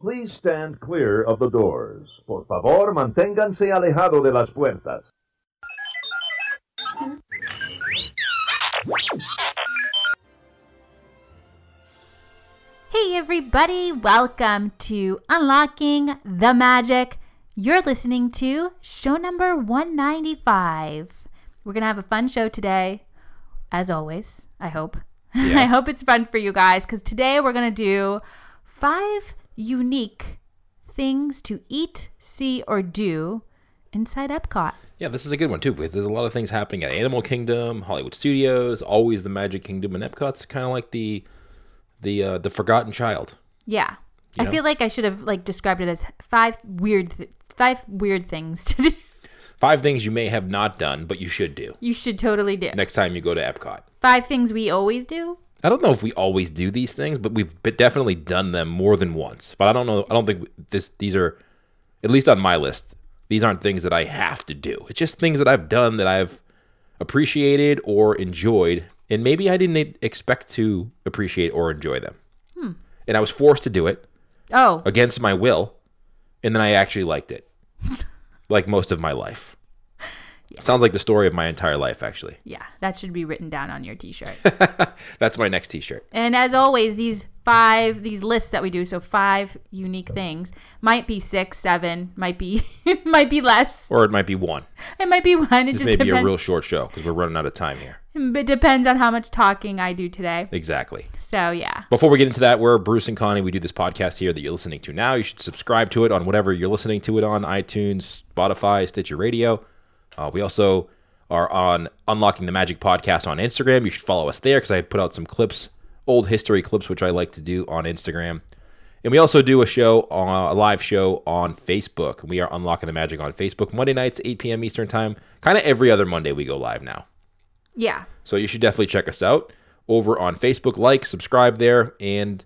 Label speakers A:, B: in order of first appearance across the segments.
A: Please stand clear of the doors. Por favor, manténganse alejado de las puertas.
B: Hey, everybody, welcome to Unlocking the Magic. You're listening to show number 195. We're going to have a fun show today, as always, I hope. I hope it's fun for you guys because today we're going to do five unique things to eat, see, or do inside Epcot.
C: Yeah, this is a good one too because there's a lot of things happening at Animal Kingdom, Hollywood Studios, always the Magic Kingdom, and Epcot's kind of like the the uh, the forgotten child.
B: Yeah. I
C: Yeah.
B: feel like I should have like described it as five weird th- five weird things to do.
C: Five things you may have not done, but you should do
B: You should totally do.
C: next time you go to Epcot.
B: Five things we always do.
C: I don't know if we always do these things, but we've be- definitely done them more than once. But I don't know. I don't think this. These are, at least on my list, these aren't things that I have to do. It's just things that I've done that I've appreciated or enjoyed, and maybe I didn't e- expect to appreciate or enjoy them. And I was forced to do it
B: Oh,
C: against my will, and then I actually liked it, like most of my life. Sounds like the story of my entire life, actually.
B: yeah, that should be written down on your t-shirt.
C: That's my next T-shirt.
B: and as always, these five these lists that we do, so five unique things, might be six, seven, might be might be less.
C: or it might be one.
B: It might be one. It
C: This
B: just
C: may be a
B: depends.
C: real short show because we're running out of time here.
B: it depends on how much talking I do today.
C: Exactly.
B: So yeah.
C: Before we get into that, we're Bruce and Connie. We do this podcast here that you're listening to now. You should subscribe to it on whatever you're listening to it on iTunes, Spotify, Stitcher Radio. Uh, we also are on Unlocking the Magic podcast on Instagram. You should follow us there because I put out some clips, old history clips, which I like to do on Instagram. And we also do a show, uh, a live show on Facebook. We are Unlocking the Magic on Facebook Monday nights, 8 p.m. Eastern Time. Kind of every other Monday we go live now.
B: Yeah.
C: So you should definitely check us out over on Facebook. Like, subscribe there, and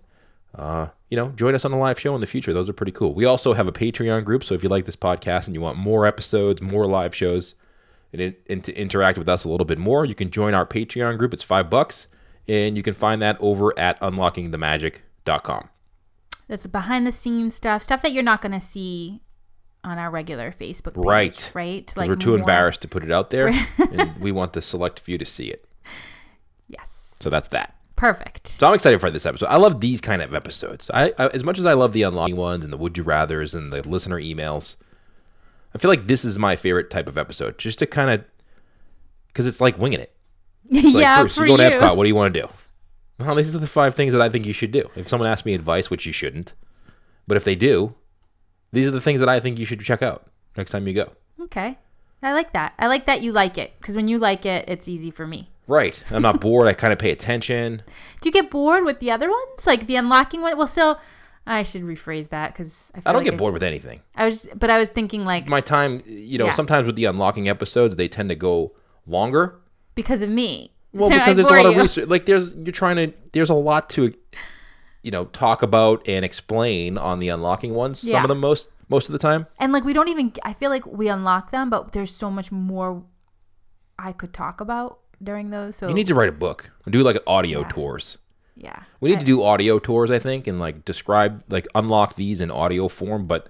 C: uh, you know, join us on a live show in the future. Those are pretty cool. We also have a Patreon group, so if you like this podcast and you want more episodes, more live shows, and, it, and to interact with us a little bit more, you can join our Patreon group. It's five bucks, and you can find that over at unlockingthemagic.com.
B: That's behind the scenes stuff, stuff that you're not going to see on our regular Facebook page,
C: Right.
B: Right?
C: Because we're too
B: more-
C: embarrassed to put it out there, and we want the select few to see it.
B: Yes.
C: So that's that.
B: Perfect.
C: So I'm excited for this episode. I love these kind of episodes. I, I as much as I love the unlocking ones and the would you rather's and the listener emails. I feel like this is my favorite type of episode, just to kind of because it's like winging it. It's like,
B: yeah,
C: Bruce,
B: for
C: you
B: you.
C: go to Epcot. What do you want to do? Well, these are the five things that I think you should do. If someone asks me advice, which you shouldn't, but if they do, these are the things that I think you should check out next time you go.
B: Okay. I like that. I like that you like it because when you like it, it's easy for me.
C: Right. I'm not bored. I kind of pay attention.
B: Do you get bored with the other ones? Like the unlocking one? Well, so I should rephrase that because I, feel
C: I don't
B: like
C: get bored with anything.
B: I was, but I was thinking like
C: my time, you know,
B: Yeah.
C: sometimes with the unlocking episodes, they tend to go longer.
B: because of me.
C: Well,
B: So I
C: because there's a
B: bore
C: lot of
B: you.
C: research. Like there's you're trying to there's a lot to you know, talk about and explain on the unlocking ones. Some
B: Yeah.
C: of them most most of the time.
B: And like we don't even, I feel like we unlock them, but there's so much more I could talk about during those. So
C: You need to write a book. Do like audio
B: Yeah.
C: tours.
B: yeah.
C: We need
B: I-
C: to do audio tours, I think, and like describe like unlock these in audio form, but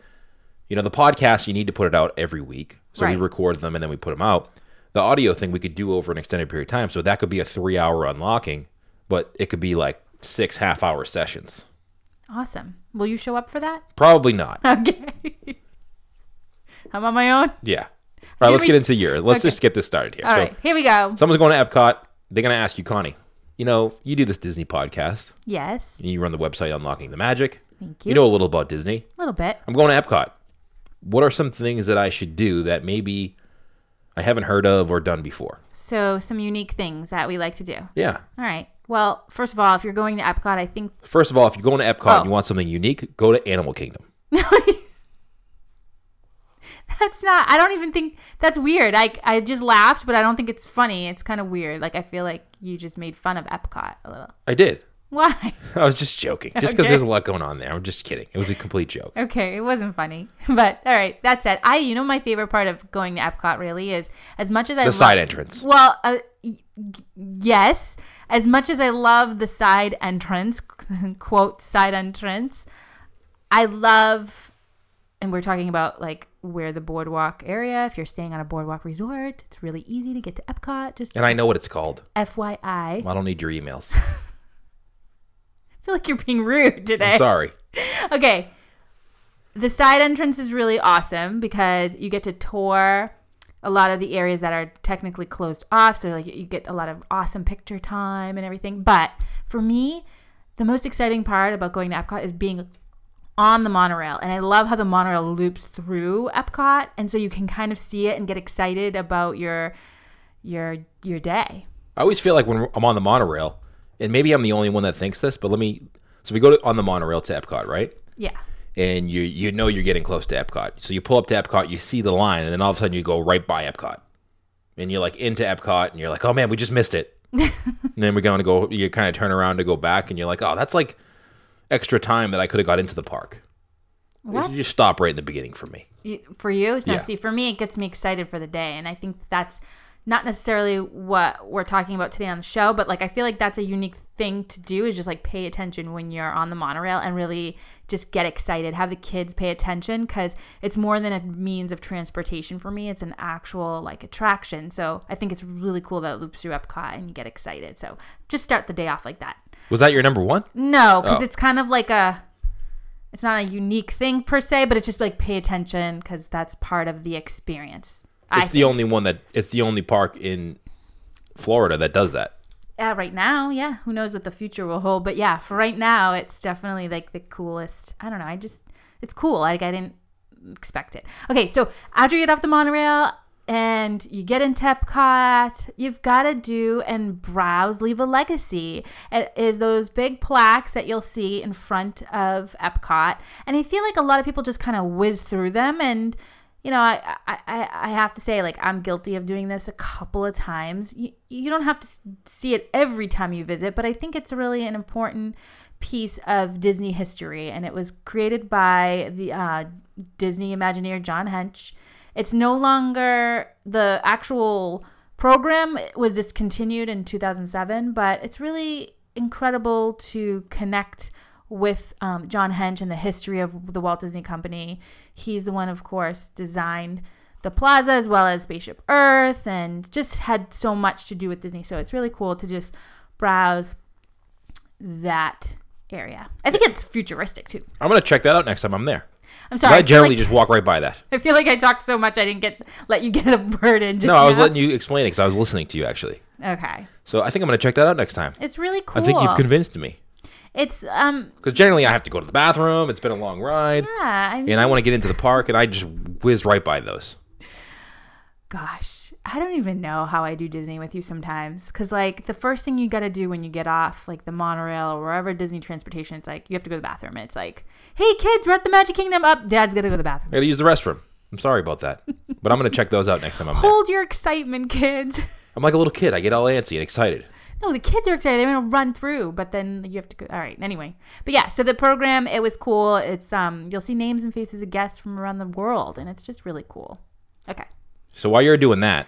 C: you know, the podcast you need to put it out every week. So
B: Right.
C: we record them and then we put them out. The audio thing we could do over an extended period of time. So that could be a 3-hour unlocking, but it could be like 6 half-hour sessions.
B: Awesome. Will you show up for that?
C: Probably not.
B: Okay. I'm on my own.
C: Yeah. All right, let's
B: we
C: get
B: ju-
C: into your. Let's
B: Okay.
C: just get this started here.
B: All right,
C: so
B: here we go.
C: someone's going to Epcot. They're going to ask you, Connie. You know, you do this Disney podcast.
B: Yes,
C: And you run the website Unlocking the Magic.
B: Thank
C: You know a little about Disney.
B: a little bit.
C: I'm going to Epcot. What are some things that I should do that maybe I haven't heard of or done before?
B: So, some unique things that we like to do.
C: Yeah.
B: All right. Well, first of all, if you're going to Epcot, I think
C: First of all, if you're going to Epcot
B: Oh.
C: and you want something unique, go to Animal Kingdom.
B: that's not. I don't even think that's weird. I I just laughed, but I don't think it's funny. It's kind of weird. Like I feel like you just made fun of Epcot a little.
C: I did.
B: Why?
C: I was just joking. Just because
B: Okay.
C: there's a lot going on there. I'm just kidding. It was a complete joke.
B: Okay, it wasn't funny, but all right. That said, I you know my favorite part of going to Epcot really is as much as I
C: The
B: love-
C: side entrance.
B: Well, uh, y- y- yes. As much as I love the side entrance, quote side entrance, I love, and we're talking about like where the boardwalk area. If you're staying on a boardwalk resort, it's really easy to get to Epcot. Just
C: And I know what it's called.
B: FYI, I
C: I don't need your emails.
B: feel like you're being rude today.
C: I'm sorry.
B: Okay. The side entrance is really awesome because you get to tour a lot of the areas that are technically closed off. So, like, you get a lot of awesome picture time and everything. But for me, the most exciting part about going to Epcot is being on the monorail. And I love how the monorail loops through Epcot. And so you can kind of see it and get excited about your your your day.
C: I always feel like when I'm on the monorail, and maybe I'm the only one that thinks this, but let me. So we go to, on the monorail to Epcot, right?
B: Yeah.
C: And you you know you're getting close to Epcot, so you pull up to Epcot, you see the line, and then all of a sudden you go right by Epcot, and you're like into Epcot, and you're like, oh man, we just missed it. and then we're going to go. You kind of turn around to go back, and you're like, oh, that's like extra time that I could have got into the park.
B: What?
C: You just stop right in the beginning for me.
B: You- for you no
C: Yeah.
B: see for me it gets me excited for the day and i think that's not necessarily what we're talking about today on the show but like i feel like that's a unique thing to do is just like pay attention when you're on the monorail and really just get excited have the kids pay attention because it's more than a means of transportation for me it's an actual like attraction so i think it's really cool that it loops through epcot and you get excited so just start the day off like that
C: Was that your number one?
B: no, because
C: Oh.
B: it's kind of like a, it's not a unique thing per se, but it's just like pay attention because that's part of the experience. I
C: It's the only one that it's the only park in Florida that does that.
B: yeah, uh, right now, yeah. Who knows what the future will hold? But yeah, for right now, it's definitely like the coolest. I don't know. I just, it's cool. Like I didn't expect it. Okay, so after you get off the monorail and you get in Epcot, you've got to do and browse Leave a Legacy. It is those big plaques that you'll see in front of Epcot, and I feel like a lot of people just kind of whiz through them and. You know, I, I I I have to say, like, I'm guilty of doing this a couple of times. You, you don't have to s- see it every time you visit, but I think it's really an important piece of Disney history, and it was created by the uh, Disney Imagineer John Hench. It's no longer the actual program it was discontinued in 2007, but it's really incredible to connect with um, John Hench and the history of the Walt Disney Company. He's the one, of course, designed the plaza as well as Spaceship Earth, and just had so much to do with Disney. So it's really cool to just browse that area. I think it's futuristic too.
C: I'm gonna check that out next time I'm there.
B: I'm
C: 'Cause
B: sorry.
C: I
B: feel
C: generally
B: like-
C: just walk right by that.
B: I feel like I talked so much I didn't get let you get a word in. Just
C: No, I was
B: now.
C: letting you explain it because I was listening to you actually.
B: Okay,
C: So I think I'm gonna check that out next time.
B: it's really cool.
C: I think you've convinced me
B: it's um
C: because generally I have to go to the bathroom. It's been a long ride,
B: yeah. I mean,
C: and I want to get into the park, and I just whiz right by those.
B: gosh, I don't even know how I do Disney with you sometimes. Cause like the first thing you got to do when you get off like the monorail or wherever Disney transportation, it's like you have to go to the bathroom. And it's like, hey kids, we're at the Magic Kingdom. Up, Dad's gotta go to the bathroom.
C: I gotta use the restroom. I'm sorry about that, but I'm gonna check those out next time I'm there.
B: Hold your excitement, kids.
C: I'm like a little kid. I get all antsy and excited.
B: No, the kids are excited. They're gonna run through, but then you have to go. All right. Anyway, but yeah. So the program, it was cool. It's um, you'll see names and faces of guests from around the world, and it's just really cool. Okay.
C: So while you're doing that,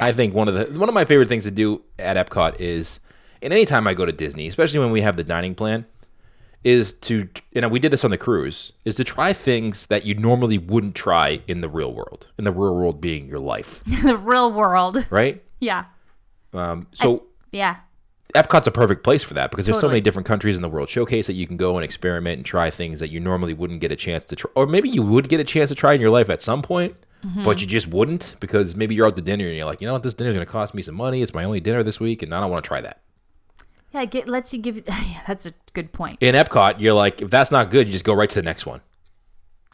C: I think one of the one of my favorite things to do at Epcot is, and anytime I go to Disney, especially when we have the dining plan, is to and we did this on the cruise, is to try things that you normally wouldn't try in the real world. In the real world being your life,
B: the real world.
C: right?
B: Yeah.
C: Um, so
B: Yeah.
C: Epcot's a perfect place for that because there's so
B: Totally.
C: many different countries in the world showcase that you can go and experiment and try things that you normally wouldn't get a chance to try, or maybe you would get a chance to try in your life at some point,
B: Mm-hmm.
C: but you just wouldn't because maybe you're out to dinner and you're like, you know what, this dinner's going to cost me some money. It's my only dinner this week, and I don't want to try that.
B: Yeah. It get, lets you give. Yeah, that's a good point.
C: In Epcot, you're like, if that's not good, you just go right to the next one.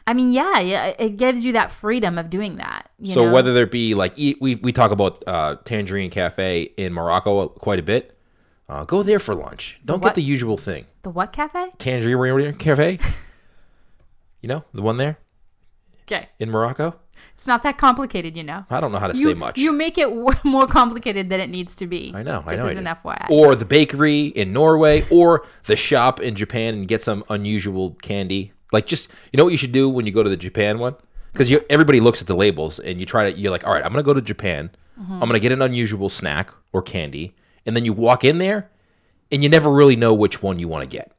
B: I mean, yeah. Yeah. It gives you that freedom of doing that. You
C: so
B: know?
C: whether there be like eat, we we talk about uh, Tangerine Cafe in Morocco quite a bit. Uh, go there for lunch. Don't
B: what?
C: get the usual thing.
B: the what cafe?
C: Tangerine Cafe. you know the one there
B: Okay.
C: in Morocco.
B: It's not that complicated, you know.
C: I don't know how to
B: You,
C: say much.
B: you make it w- more complicated than it needs to be.
C: I know. I
B: This
C: know. I
B: is an
C: do.
B: FYI.
C: Or the bakery in Norway, or the shop in Japan, and get some unusual candy. Like just you know what you should do when you go to the Japan one, because everybody looks at the labels and you try to. You're like, all right, I'm gonna go to Japan.
B: Mm-hmm.
C: I'm gonna get an unusual snack or candy, and then you walk in there, and you never really know which one you want to get.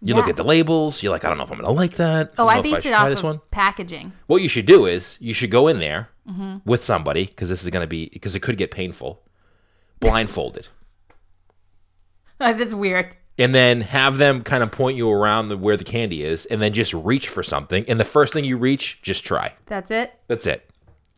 C: You look
B: Yeah.
C: at the labels. You're like, I don't know if I'm gonna like that.
B: Oh,
C: don't know
B: I
C: if
B: based it
C: should try
B: off
C: this
B: of
C: one.
B: packaging.
C: What you should do is you should go in there with somebody because this is gonna be because it could get painful, blindfolded,
B: That's weird.
C: and then have them kind of point you around the, where the candy is, and then just reach for something. And the first thing you reach, just try.
B: That's it.
C: That's it.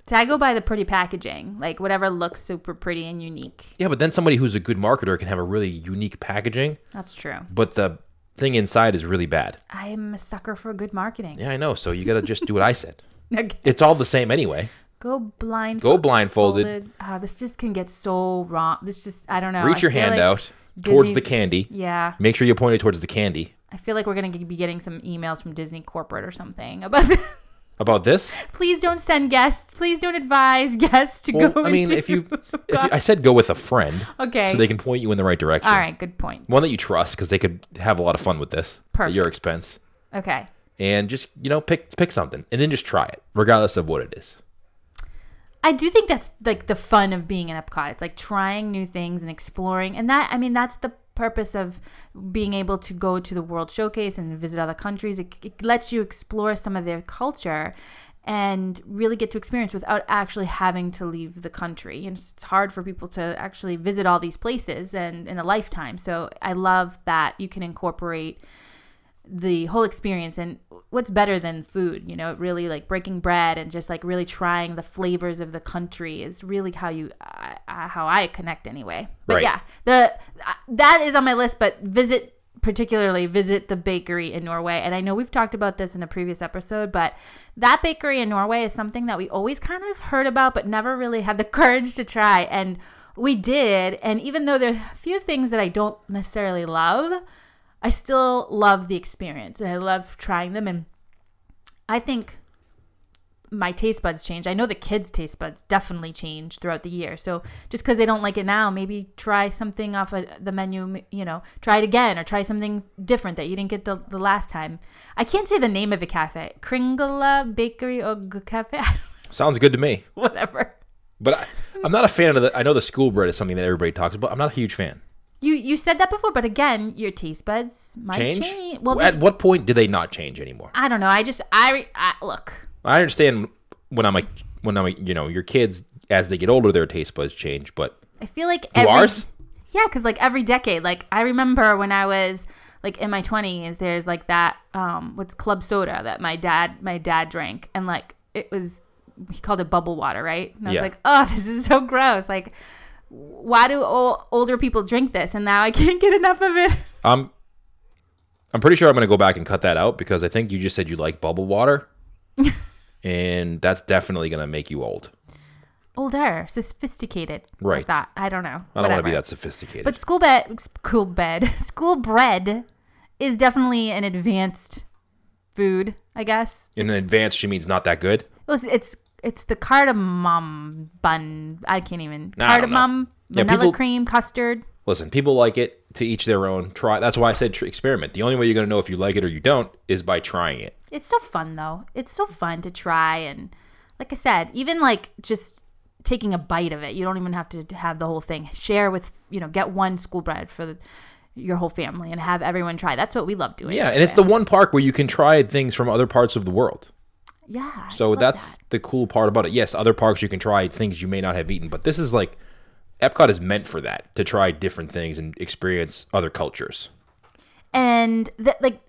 B: So I go by the pretty packaging, like whatever looks super pretty and unique.
C: Yeah, but then somebody who's a good marketer can have a really unique packaging,
B: That's true.
C: but the thing inside is really bad.
B: I'm a sucker for good marketing.
C: Yeah, I know. So you got to just do what I said.
B: Okay.
C: It's all the same anyway.
B: Go blind.
C: Go blindfolded.
B: folded. Ah, this just can get so wrong. This just, I don't know. I
C: Reach your
B: feel
C: hand
B: like-
C: out towards
B: Disney-
C: the candy.
B: Yeah.
C: Make sure you point it towards the candy.
B: I feel like we're going to be getting some emails from Disney corporate or something about this.
C: About this?
B: Please don't send guests. Please don't advise guests to
C: Well,
B: go.
C: I mean,
B: into-
C: if you, if you, I said go with a friend,
B: Okay.
C: so they can point you in the right direction.
B: All right. Good point.
C: One that you trust because they could have a lot of fun with this at your
B: Perfect.
C: expense,
B: okay.
C: and just you know pick pick something and then just try it, regardless of what it is.
B: I do think that's like the fun of being in Epcot. It's like trying new things and exploring. And that, I mean, that's the purpose of being able to go to the World Showcase and visit other countries. It, it lets you explore some of their culture and really get to experience without actually having to leave the country. And it's it's hard for people to actually visit all these places and in a lifetime. So I love that you can incorporate the whole experience and what's better than food you know really like breaking bread and just like really trying the flavors of the country is really how you uh, uh, how i connect anyway but
C: Right.
B: yeah the uh, that is on my list but visit particularly visit the bakery in norway and i know we've talked about this in a previous episode but that bakery in norway is something that we always kind of heard about but never really had the courage to try and we did and even though there are a few things that i don't necessarily love I still love the experience and I love trying them. And I think my taste buds change. I know the kids' taste buds definitely change throughout the year. So just because they don't like it now, maybe try something off of the menu, m- you know, try it again or try something different that you didn't get the, the last time. I can't say the name of the cafe Kringla Bakery or G- Cafe,
C: Sounds good to me.
B: whatever.
C: But I, I'm not a fan of the. I know the school bread is something that everybody talks about. I'm not a huge fan.
B: You, you said that before, but again, your taste buds might
C: Change?
B: change. Well,
C: At
B: they-
C: what point do they not change anymore?
B: I don't know. I just I, re- I look.
C: I understand when I'm a when I'm a, you know your kids as they get older their taste buds change, but
B: I feel like
C: do
B: every,
C: ours?
B: Yeah, because like every decade, like I remember when I was like in my twenties, there's like that um what's club soda that my dad my dad drank, and like it was he called it bubble water, right? And I was
C: Yeah.
B: like, oh, this is so gross. Like, why do ol older people drink this? And now I can't get enough of it.
C: I'm I'm pretty sure I'm gonna go back and cut that out because I think you just said you like bubble water, and that's definitely gonna make you old.
B: Older, sophisticated,
C: Right.
B: That I don't know.
C: I don't want to
B: Whatever.
C: be that sophisticated.
B: But school bed, school bed, school bread is definitely an advanced food, I guess.
C: In advance, she means not that good.
B: It was, it's it's the cardamom bun. I can't even
C: I don't know.
B: cardamom
C: Yeah,
B: vanilla
C: people-
B: cream custard.
C: Listen, people like it. To each their own. Try. That's why I said tr- experiment. The only way you're gonna know if you like it or you don't is by trying it.
B: It's so fun though. It's so fun to try and like I said, even like just taking a bite of it. You don't even have to have the whole thing. Share with you know get one school bread for the, your whole family and have everyone try. That's what we love doing.
C: Yeah, and it's the one park where you can try things from other parts of the world.
B: yeah. I
C: So
B: love
C: that's
B: that.
C: the cool part about it. Yes, other parks you can try things you may not have eaten, but this is like Epcot is meant for that to try different things and experience other cultures.
B: and that like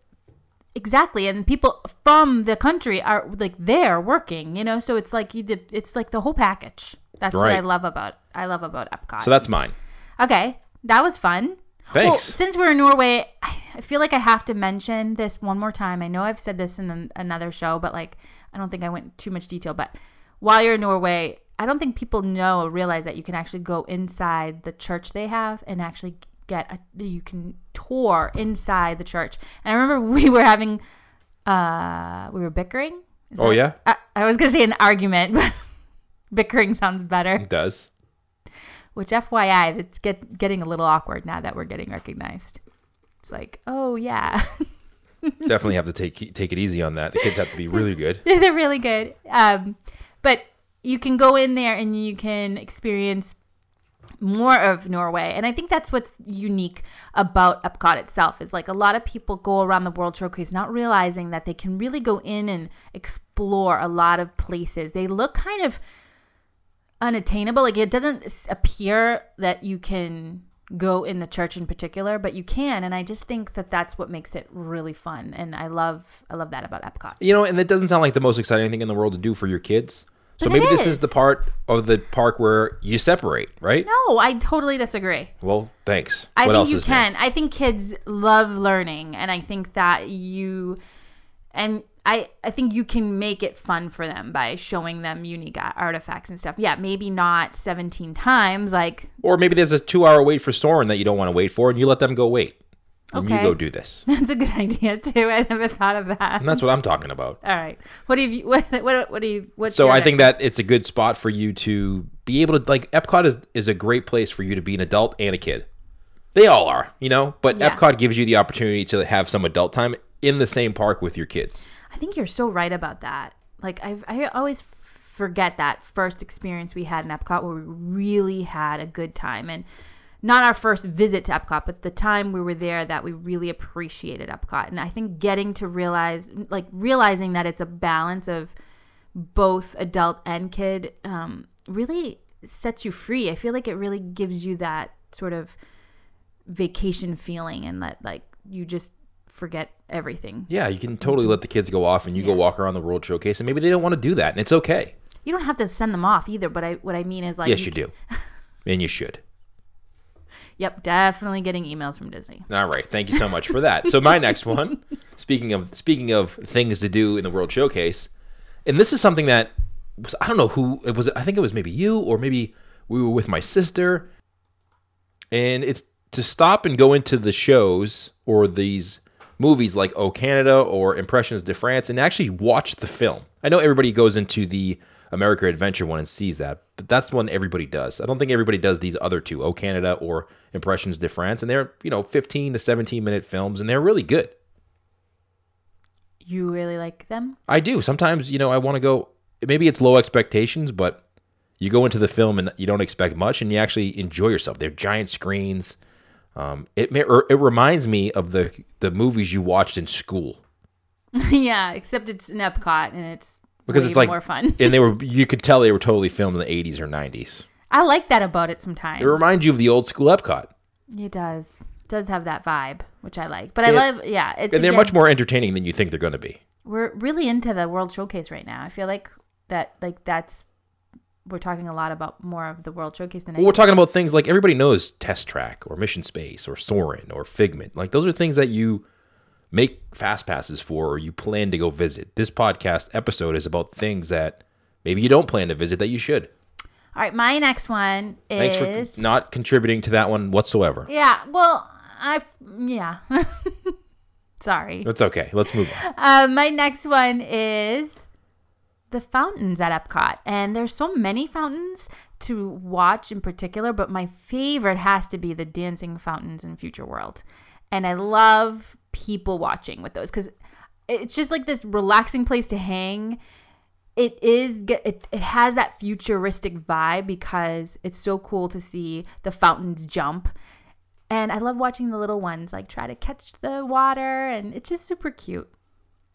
B: exactly and people from the country are like there working you know so it's like you did, it's like the whole package that's what i
C: Right.
B: love about i love about epcot
C: So that's mine.
B: okay that was fun well
C: Thanks.
B: since we're in norway i I feel like i have to mention this one more time i know i've said this in an, another show but like i don't think i went too much detail but while you're in norway i don't think people know or realize that you can actually go inside the church they have and actually get a you can tour inside the church and i remember we were having uh we were bickering Is
C: Oh,
B: that-
C: yeah?
B: I, I was gonna say an argument but bickering sounds better
C: It does.
B: which FYI, it's get getting a little awkward now that we're getting recognized. It's like, oh yeah,
C: Definitely have to take take it easy on that. The kids have to be really good.
B: they're really good. Um, but you can go in there and you can experience more of Norway. And I think that's what's unique about Epcot itself is like a lot of people go around the World Showcase not realizing that they can really go in and explore a lot of places. They look kind of unattainable. Like it doesn't s- appear that you can go in the church in particular, but you can. And I just think that that's what makes it really fun. And I love, I love that about Epcot.
C: You know, and that doesn't sound like the most exciting thing in the world to do for your kids. So
B: But it
C: maybe this
B: is.
C: is the part of the park where you separate, right?
B: No, I totally disagree.
C: Well, thanks.
B: I
C: what
B: think
C: else
B: you
C: is new?
B: can. I think kids love learning, and I think that you, and I, I think you can make it fun for them by showing them unique a- artifacts and stuff. Yeah, maybe not seventeen times. Like,
C: Or maybe there's a two hour wait for Soren that you don't want to wait for, and you let them go wait. And
B: Okay.
C: you go do this.
B: that's a good idea too. I never thought of that.
C: And that's what I'm talking about.
B: All right, what do you? What what what do you? What's
C: So
B: your
C: I
B: next
C: think that it's a good spot for you to be able to like Epcot is, is a great place for you to be an adult and a kid. They all are, you know, but
B: Yeah.
C: Epcot gives you the opportunity to have some adult time in the same park with your kids.
B: I think you're so right about that. Like I I always forget that first experience we had in Epcot where we really had a good time and not our first visit to Epcot, but the time we were there that we really appreciated Epcot. And I think getting to realize like realizing that it's a balance of both adult and kid um, really sets you free. I feel like it really gives you that sort of vacation feeling and that like you just forget everything.
C: Yeah, you can totally let the kids go off and you go walk around the World Showcase, and maybe they don't want to do that, and it's okay.
B: You don't have to send them off either, but I what I mean is like
C: yes, you do, and you should.
B: Yep, definitely getting emails from Disney.
C: All right, thank you so much for that. So my next one, speaking of speaking of things to do in the World Showcase, and this is something that was, I don't know who it was. I think it was maybe you or maybe we were with my sister, and it's to stop and go into the shows or these movies like O Canada or Impressions de France and actually watch the film. I know everybody goes into the America Adventure one and sees that, but that's one everybody does. I don't think everybody does these other two, O Canada or Impressions de France, and they're, you know, 15 to 17 minute films and they're really good.
B: You really like them?
C: I do. Sometimes, you know, I want to go maybe it's low expectations, but you go into the film and you don't expect much and you actually enjoy yourself. They're giant screens. Um, it ma- er, it reminds me of the the movies you watched in school
B: yeah, except it's in Epcot and it's
C: because
B: way
C: it's like
B: more fun.
C: and they were you could tell they were totally filmed in the 80s or 90s.
B: I like that about it sometimes.
C: It reminds you of the old school Epcot.
B: it does. It does have that vibe, which I like. But I
C: It-
B: love yeah, it's
C: And they're
B: again-
C: much more entertaining than you think they're going to be.
B: we're really into the World Showcase right now. I feel like that like that's we're talking a lot about more of the World Showcase than I
C: Well, we're talking about things like everybody knows Test Track or Mission Space or Soren or Figment. Like those are things that you make fast passes for or you plan to go visit. This podcast episode is about things that maybe you don't plan to visit that you should.
B: All right, my next one is
C: Thanks for not contributing to that one whatsoever.
B: Yeah, well, I yeah. Sorry.
C: That's okay. Let's move on.
B: Uh, my next one is the fountains at Epcot, and there's so many fountains to watch in particular, but my favorite has to be the dancing fountains in Future World, and I love people watching with those because it's just like this relaxing place to hang. It is. ge- It, it has that futuristic vibe because it's so cool to see the fountains jump, and I love watching the little ones like try to catch the water, and it's just super cute.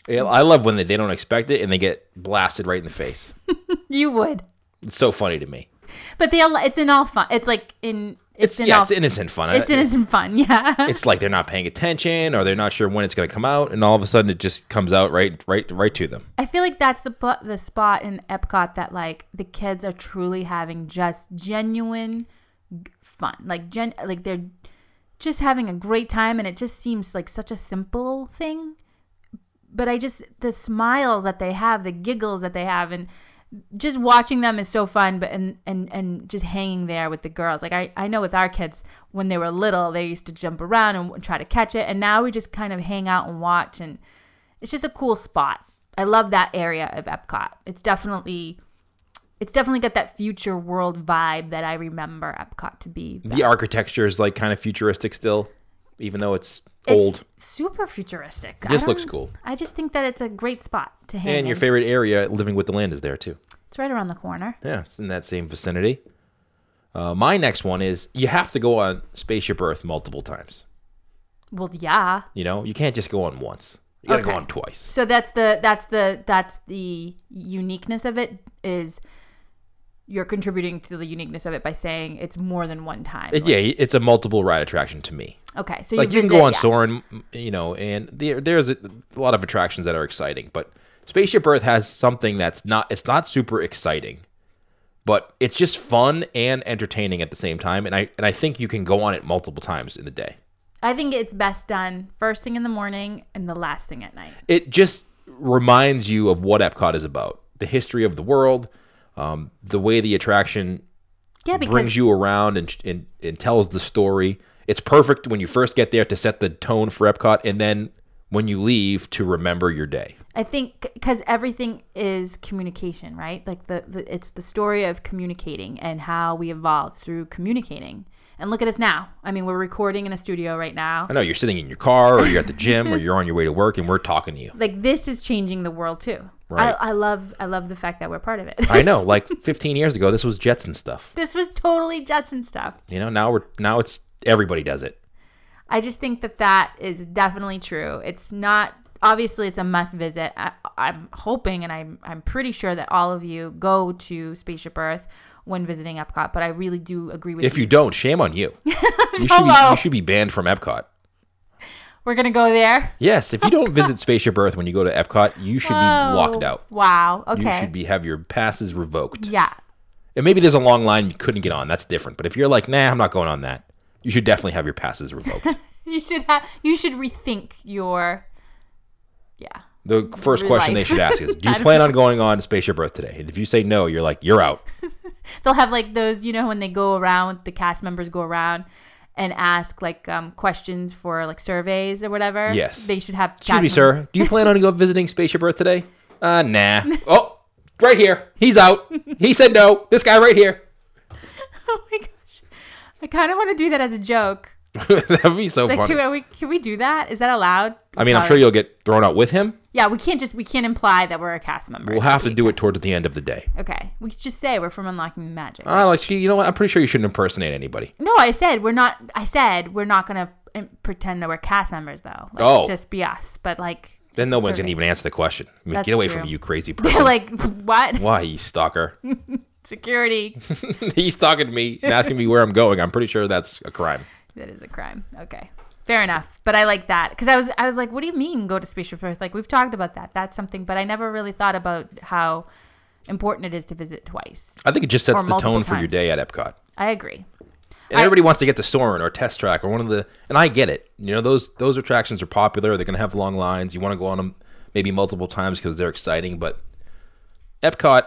C: Yeah, I love when they, they don't expect it and they get blasted right in the face.
B: You would,
C: It's so funny to me.
B: but they. al- It's in all fun. It's like in. It's,
C: It's,
B: in
C: yeah,
B: all.
C: it's innocent fun.
B: it's innocent fun. Yeah.
C: It's like they're not paying attention or they're not sure when it's going to come out and all of a sudden it just comes out right right right to them.
B: I feel like that's the pl- the spot in Epcot that like the kids are truly having just genuine g- fun. Like gen like they're just having a great time and it just seems like such a simple thing. But I just the smiles that they have, the giggles that they have and just watching them is so fun but and and and just hanging there with the girls like I, I know with our kids when they were little they used to jump around and w- try to catch it and now we just kind of hang out and watch and it's just a cool spot. I love that area of Epcot. It's definitely it's definitely got that future world vibe that I remember Epcot to be.
C: the architecture is like kind of futuristic still, even though it's,
B: It's
C: old.
B: super futuristic. I
C: Just looks
B: don't-
C: cool.
B: I just think that it's a great spot to hang.
C: And your
B: in.
C: favorite area, Living with the Land, is there too.
B: it's right around the corner.
C: Yeah, it's in that same vicinity. Uh, my next one is you have to go on Spaceship Earth multiple times.
B: Well, yeah.
C: You know, you can't just go on once. You gotta
B: Okay.
C: go on twice.
B: So that's the that's the that's the uniqueness of it is you're contributing to the uniqueness of it by saying it's more than one time.
C: It- yeah, it's a multiple ride attraction to me.
B: okay, so
C: like you can
B: visit-
C: go on
B: yeah.
C: Soren, you know, and there there's a, a lot of attractions that are exciting, but Spaceship Earth has something that's not it's not super exciting, but it's just fun and entertaining at the same time. And I and I think you can go on it multiple times in the day.
B: I think it's best done first thing in the morning and the last thing at night.
C: It just reminds you of what Epcot is about, the history of the world, um, the way the attraction
B: Yeah, because
C: brings you around and, and and tells the story. It's perfect when you first get there to set the tone for Epcot, and then when you leave to remember your day.
B: I think because everything is communication, right? Like the, the it's the story of communicating and how we evolved through communicating. And look at us now. I mean, we're recording in a studio right now.
C: I know you're sitting in your car, or you're at the gym, or you're on your way to work, and we're talking to you.
B: Like this is changing the world too.
C: Right.
B: I, I love I love the fact that we're part of it.
C: I know, like 15 years ago, this was Jetson stuff.
B: this was totally Jetson stuff.
C: You know, now we're now it's everybody does it.
B: I just think that that is definitely true. It's not obviously it's a must visit. I, I'm hoping and I'm I'm pretty sure that all of you go to Spaceship Earth when visiting Epcot. But I really do agree with
C: If you don't, shame on you. you,
B: Oh,
C: should be,
B: Hello.
C: you should be banned from Epcot.
B: We're gonna go there.
C: Yes, if you don't visit Spaceship Earth when you go to Epcot, you should
B: Oh,
C: be locked out.
B: Wow.
C: You
B: Okay.
C: should be have your passes revoked.
B: yeah.
C: And maybe there's a long line you couldn't get on. That's different. But if you're like, nah, I'm not going on that, you should definitely have your passes revoked.
B: You should have. You should rethink your. Yeah.
C: The first
B: Your
C: question they
B: life.
C: should ask is, do
B: I
C: you
B: don't
C: plan on going on Spaceship Earth today? And if you say no, you're like, you're out.
B: They'll have like those. You know when they go around, the cast members go around. And ask like um, questions for like surveys or whatever.
C: Yes.
B: they should have.
C: Excuse me,
B: cast members-
C: sir. Do you plan on go visiting Spaceship Earth today? Uh, nah. Oh, right here. He's out. He said no. This guy right here.
B: Oh my gosh, I kind of want to do that as a joke.
C: That'd be so
B: Like,
C: funny.
B: can we can we do that? Is that allowed?
C: I mean, I'm sure
B: Probably-
C: you'll get thrown out with him.
B: Yeah, we can't just we can't imply that we're a cast member.
C: We'll have to do it towards the end of the day.
B: Okay, we could just say we're from Unlocking the Magic.
C: Uh, like, you know what? I'm pretty sure you shouldn't impersonate anybody.
B: No, I said we're not. I said we're not gonna um, pretend that we're cast members though. Like,
C: Oh.
B: just be us. But like,
C: Then
B: it's
C: no
B: a
C: one's going
B: survey.
C: to even answer the question. I mean,
B: That's
C: get away
B: true.
C: from me, you crazy person.
B: like what
C: Why, you stalker?
B: security?
C: He's talking to me and asking me where I'm going. I'm pretty sure that's a crime.
B: that is a crime. Okay, fair enough. But I like that because I was I was like, what do you mean go to Spaceship Earth? Like we've talked about that. That's something. But I never really thought about how important it is to visit twice.
C: I think it just sets
B: Or
C: the
B: multiple
C: tone for your
B: times.
C: day at Epcot.
B: I agree.
C: And
B: I-
C: everybody wants to get to Soren or Test Track or one of the. And I get it. You know those those attractions are popular. They're going to have long lines. You want to go on them maybe multiple times because they're exciting. But Epcot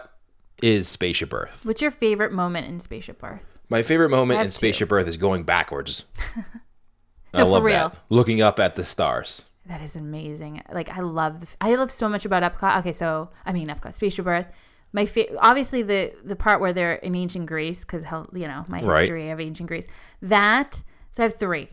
C: is Spaceship Earth.
B: What's your favorite moment in Spaceship Earth?
C: My favorite moment
B: I
C: in
B: have two.
C: Spaceship Earth is going backwards. I
B: No, for
C: love
B: real.
C: that. Looking up at the stars.
B: That is amazing. Like I love, I love so much about Epcot. Okay, so I mean Epcot, Spaceship Earth. My fa- obviously the the part where they're in ancient Greece because you know my
C: Right.
B: history of ancient Greece. That so I have three.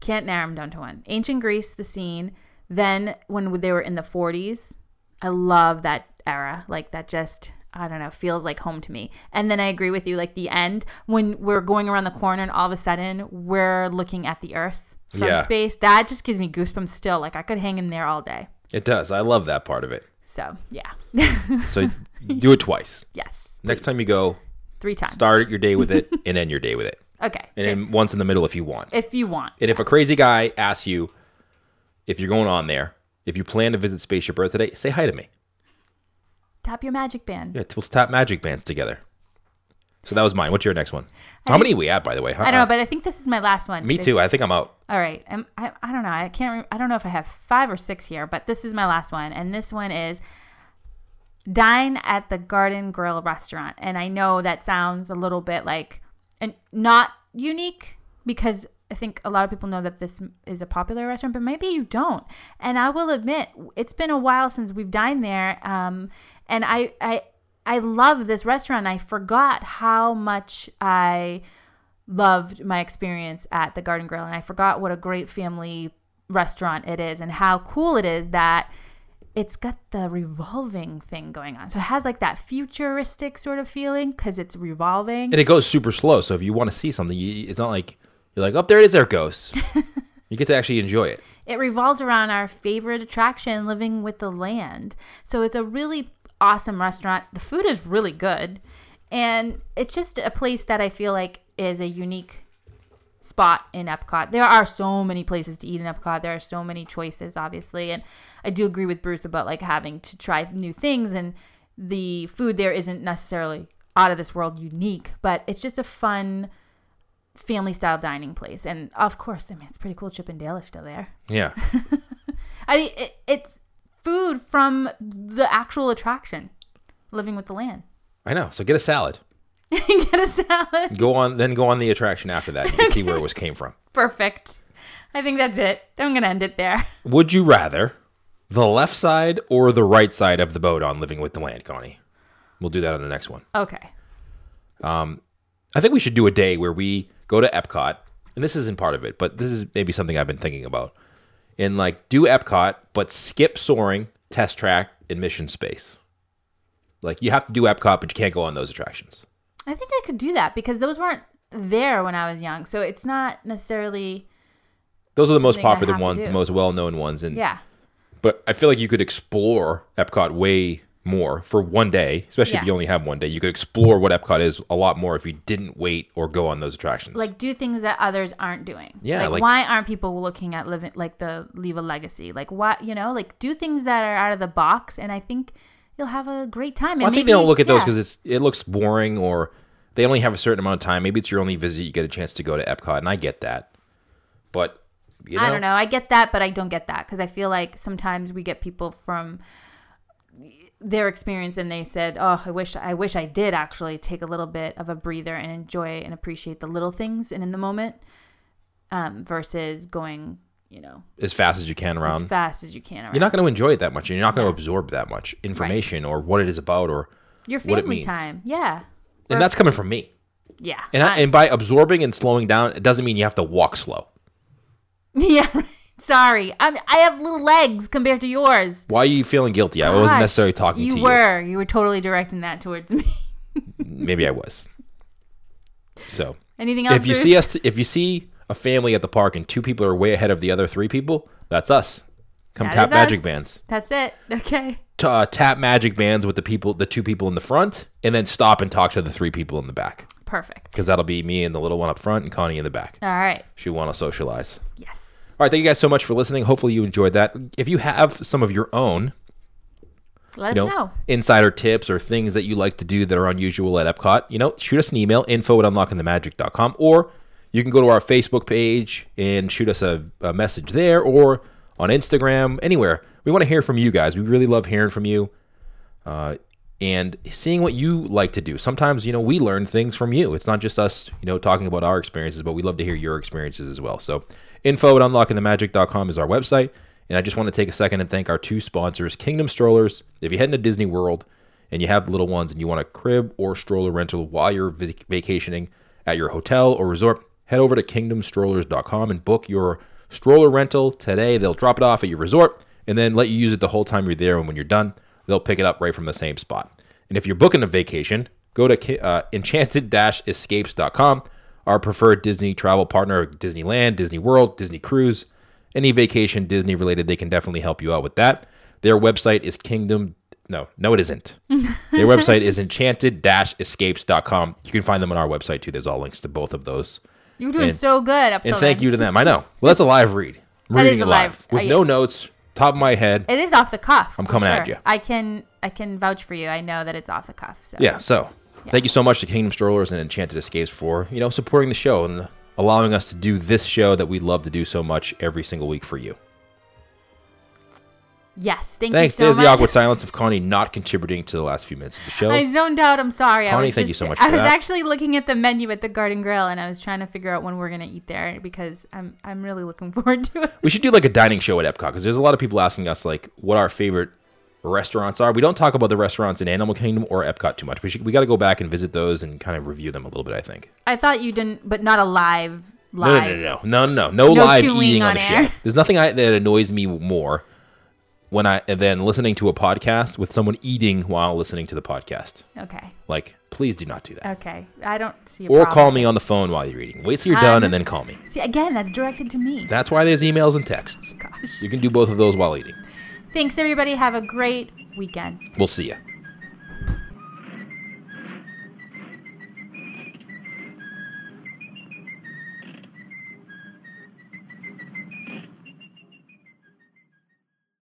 B: Can't narrow them down to one. Ancient Greece, the scene. Then when they were in the 40s, I love that era. Like that just I don't know feels like home to me. And then I agree with you. Like the end when we're going around the corner and all of a sudden we're looking at the Earth from
C: Yeah.
B: space. That just gives me goosebumps. Still, like I could hang in there all day.
C: It does. I love that part of it.
B: So yeah,
C: So do it twice.
B: yes,
C: Next time you go,
B: three times.
C: start your day with it and end your day with it.
B: Okay.
C: And then once in the middle if you want.
B: if you want,
C: And if a crazy guy asks you if you're going on there, if you plan to visit Spaceship Earth today, say hi to me.
B: tap your magic band.
C: Yeah, we'll tap magic bands together. So that was mine. What's your next one? How many are we at, by the way? Uh,
B: I don't know, but I think this is my last one.
C: Me too. I think I'm out.
B: All right. Um, I, I don't know. I can't. Re- I don't know if I have five or six here, but this is my last one, and this one is dine at the Garden Grill restaurant. And I know that sounds a little bit like and not unique because I think a lot of people know that this m- is a popular restaurant, but maybe you don't. And I will admit, it's been a while since we've dined there, um, and I I I love this restaurant. I forgot how much I loved my experience at the Garden Grill, and I forgot what a great family restaurant it is and how cool it is that it's got the revolving thing going on. So it has like that futuristic sort of feeling because it's revolving.
C: And it goes super slow. So if you want to see something, you, it's not like you're like, oh, there it is, there it goes. you get to actually enjoy it.
B: It revolves around our favorite attraction, living with the land. So it's a really awesome restaurant. The food is really good. And it's just a place that I feel like is a unique spot in Epcot. There are so many places to eat in Epcot. There are so many choices, obviously. And I do agree with Bruce about like having to try new things. And the food there isn't necessarily out of this world unique, but it's just a fun family style dining place. And of course, I mean, it's pretty cool. Chip and Dale is still there.
C: Yeah.
B: I mean, it, it's food from the actual attraction, living with the land.
C: I know. So get a salad.
B: Get a salad.
C: Go on, then go on the attraction after that. You can see where it was came from.
B: Perfect. I think that's it. I'm going to end it there.
C: Would you rather the left side or the right side of the boat on Living with the Land, Connie? We'll do that on the next one.
B: Okay.
C: I think we should do a day where we go to Epcot, and this isn't part of it, but this is maybe something I've been thinking about. And like do Epcot, but skip soaring, test track, and mission space. Like you have to do Epcot, but you can't go on those attractions.
B: I think I could do that because those weren't there when I was young. So it's not necessarily,
C: Those are the most
B: Something I
C: popular
B: have to
C: ones, the
B: do.
C: most well known ones. And
B: yeah.
C: but I feel like you could explore Epcot way more for one day, especially if
B: Yeah.
C: you only have one day. You could explore what Epcot is a lot more if you didn't wait or go on those attractions.
B: Like do things that others aren't doing.
C: Yeah,
B: Like,
C: like-
B: why aren't people looking at living like the leave a legacy? Like why you know like do things that are out of the box, and I think you'll have a great time.
C: Well, I
B: and
C: think they don't
B: maybe-
C: look at those
B: yeah.
C: because it's it looks boring or they only have a certain amount of time. Maybe it's your only visit. You get a chance to go to Epcot, and I get that. But you know,
B: I don't know. I get that, but I don't get that because I feel like sometimes we get people from their experience and they said, "Oh, I wish I wish I did actually take a little bit of a breather and enjoy and appreciate the little things and in the moment." Um, versus going, you know,
C: as fast as you can
B: as
C: around.
B: fast as you can. Around.
C: You're not going to enjoy it that much, and you're not going to absorb that much information or what it is about, or
B: Your
C: what it
B: family
C: means.
B: time. Yeah.
C: and that's coming from me.
B: Yeah.
C: And I, and by absorbing and slowing down, it doesn't mean you have to walk slow.
B: yeah. right. Sorry. I'm, I have little legs compared to yours.
C: Why are you feeling guilty? I wasn't
B: Gosh,
C: necessarily talking
B: you
C: to you.
B: were. You were totally directing that towards me.
C: Maybe I was. So
B: Anything else?
C: if you
B: Bruce?
C: see us, if you see a family at the park and two people are way ahead of the other three people, that's us. Come
B: That
C: tap
B: is
C: magic
B: us.
C: bands.
B: That's it. Okay.
C: T- uh, tap magic bands with the people, the two people in the front, and then stop and talk to the three people in the back
B: Perfect.
C: because that'll be me and the little one up front and Connie in the back.
B: All right.
C: She want to socialize.
B: Yes.
C: All right, thank you guys so much for listening. Hopefully you enjoyed that. If you have some of your own
B: Let
C: you
B: us know.
C: insider tips or things that you like to do that are unusual at Epcot, you know, shoot us an email, info at unlockingthemagic.com, or you can go to our Facebook page and shoot us a, a message there or on Instagram, anywhere. We want to hear from you guys. We really love hearing from you uh, and seeing what you like to do. Sometimes, you know, we learn things from you. It's not just us, you know, talking about our experiences, but we love to hear your experiences as well. So, info at unlockingthemagic.com is our website. And I just want to take a second and thank our two sponsors, Kingdom Strollers. If you're heading to Disney World and you have little ones and you want a crib or stroller rental while you're vac- vacationing at your hotel or resort, head over to kingdomstrollers.com and book your stroller rental today. They'll drop it off at your resort and then let you use it the whole time you're there. And when you're done, they'll pick it up right from the same spot. And if you're booking a vacation, go to ki- uh, enchanted-escapes.com, our preferred Disney travel partner, Disneyland, Disney World, Disney Cruise, any vacation Disney related, they can definitely help you out with that. Their website is kingdom. No, no, it isn't. Their website is enchanted-escapes.com. You can find them on our website too. There's all links to both of those.
B: You're doing
C: and-
B: so good up
C: And
B: till
C: thank
B: then.
C: you to them. I know. Well, that's a live read. I'm
B: That
C: reading
B: is a
C: it live
B: live-
C: with
B: I-
C: no notes, top of my head.
B: It is off the cuff. I'm
C: coming at you.
B: I can I can vouch for you. I know that it's off the cuff. So
C: Yeah. So thank you so much to Kingdom Strollers and Enchanted Escapes for you know supporting the show and allowing us to do this show that we love to do so much every single week for you.
B: Yes. Thank
C: Thanks.
B: you
C: There's
B: so
C: the
B: much.
C: awkward silence of Connie not contributing to the last few minutes of the show.
B: I zoned out. I'm sorry. I
C: Connie,
B: was
C: thank
B: just,
C: you so much
B: I
C: for
B: was
C: that.
B: actually looking at the menu at the Garden Grill, and I was trying to figure out when we're gonna eat there because I'm I'm really looking forward to it.
C: we should do like a dining show at Epcot because there's a lot of people asking us like what our favorite restaurants are. We don't talk about the restaurants in Animal Kingdom or Epcot too much. We should we got to go back and visit those and kind of review them a little bit. I think.
B: I thought you didn't, but not a live
C: No,
B: live.
C: no, no, no, no, no, no
B: No
C: live
B: chewing
C: eating on,
B: on
C: the
B: air.
C: show. There's nothing I, that annoys me more when I and then listening to a podcast with someone eating while listening to the podcast.
B: Okay.
C: Like, please do not do that.
B: Okay. I don't see a
C: Or
B: problem.
C: call me on the phone while you're eating. Wait till you're done
B: Um,
C: and then call me.
B: See, again, that's directed to me.
C: That's why there's emails and texts.
B: Gosh.
C: You can do both of those while eating.
B: Thanks, everybody. Have a great weekend.
C: We'll see you.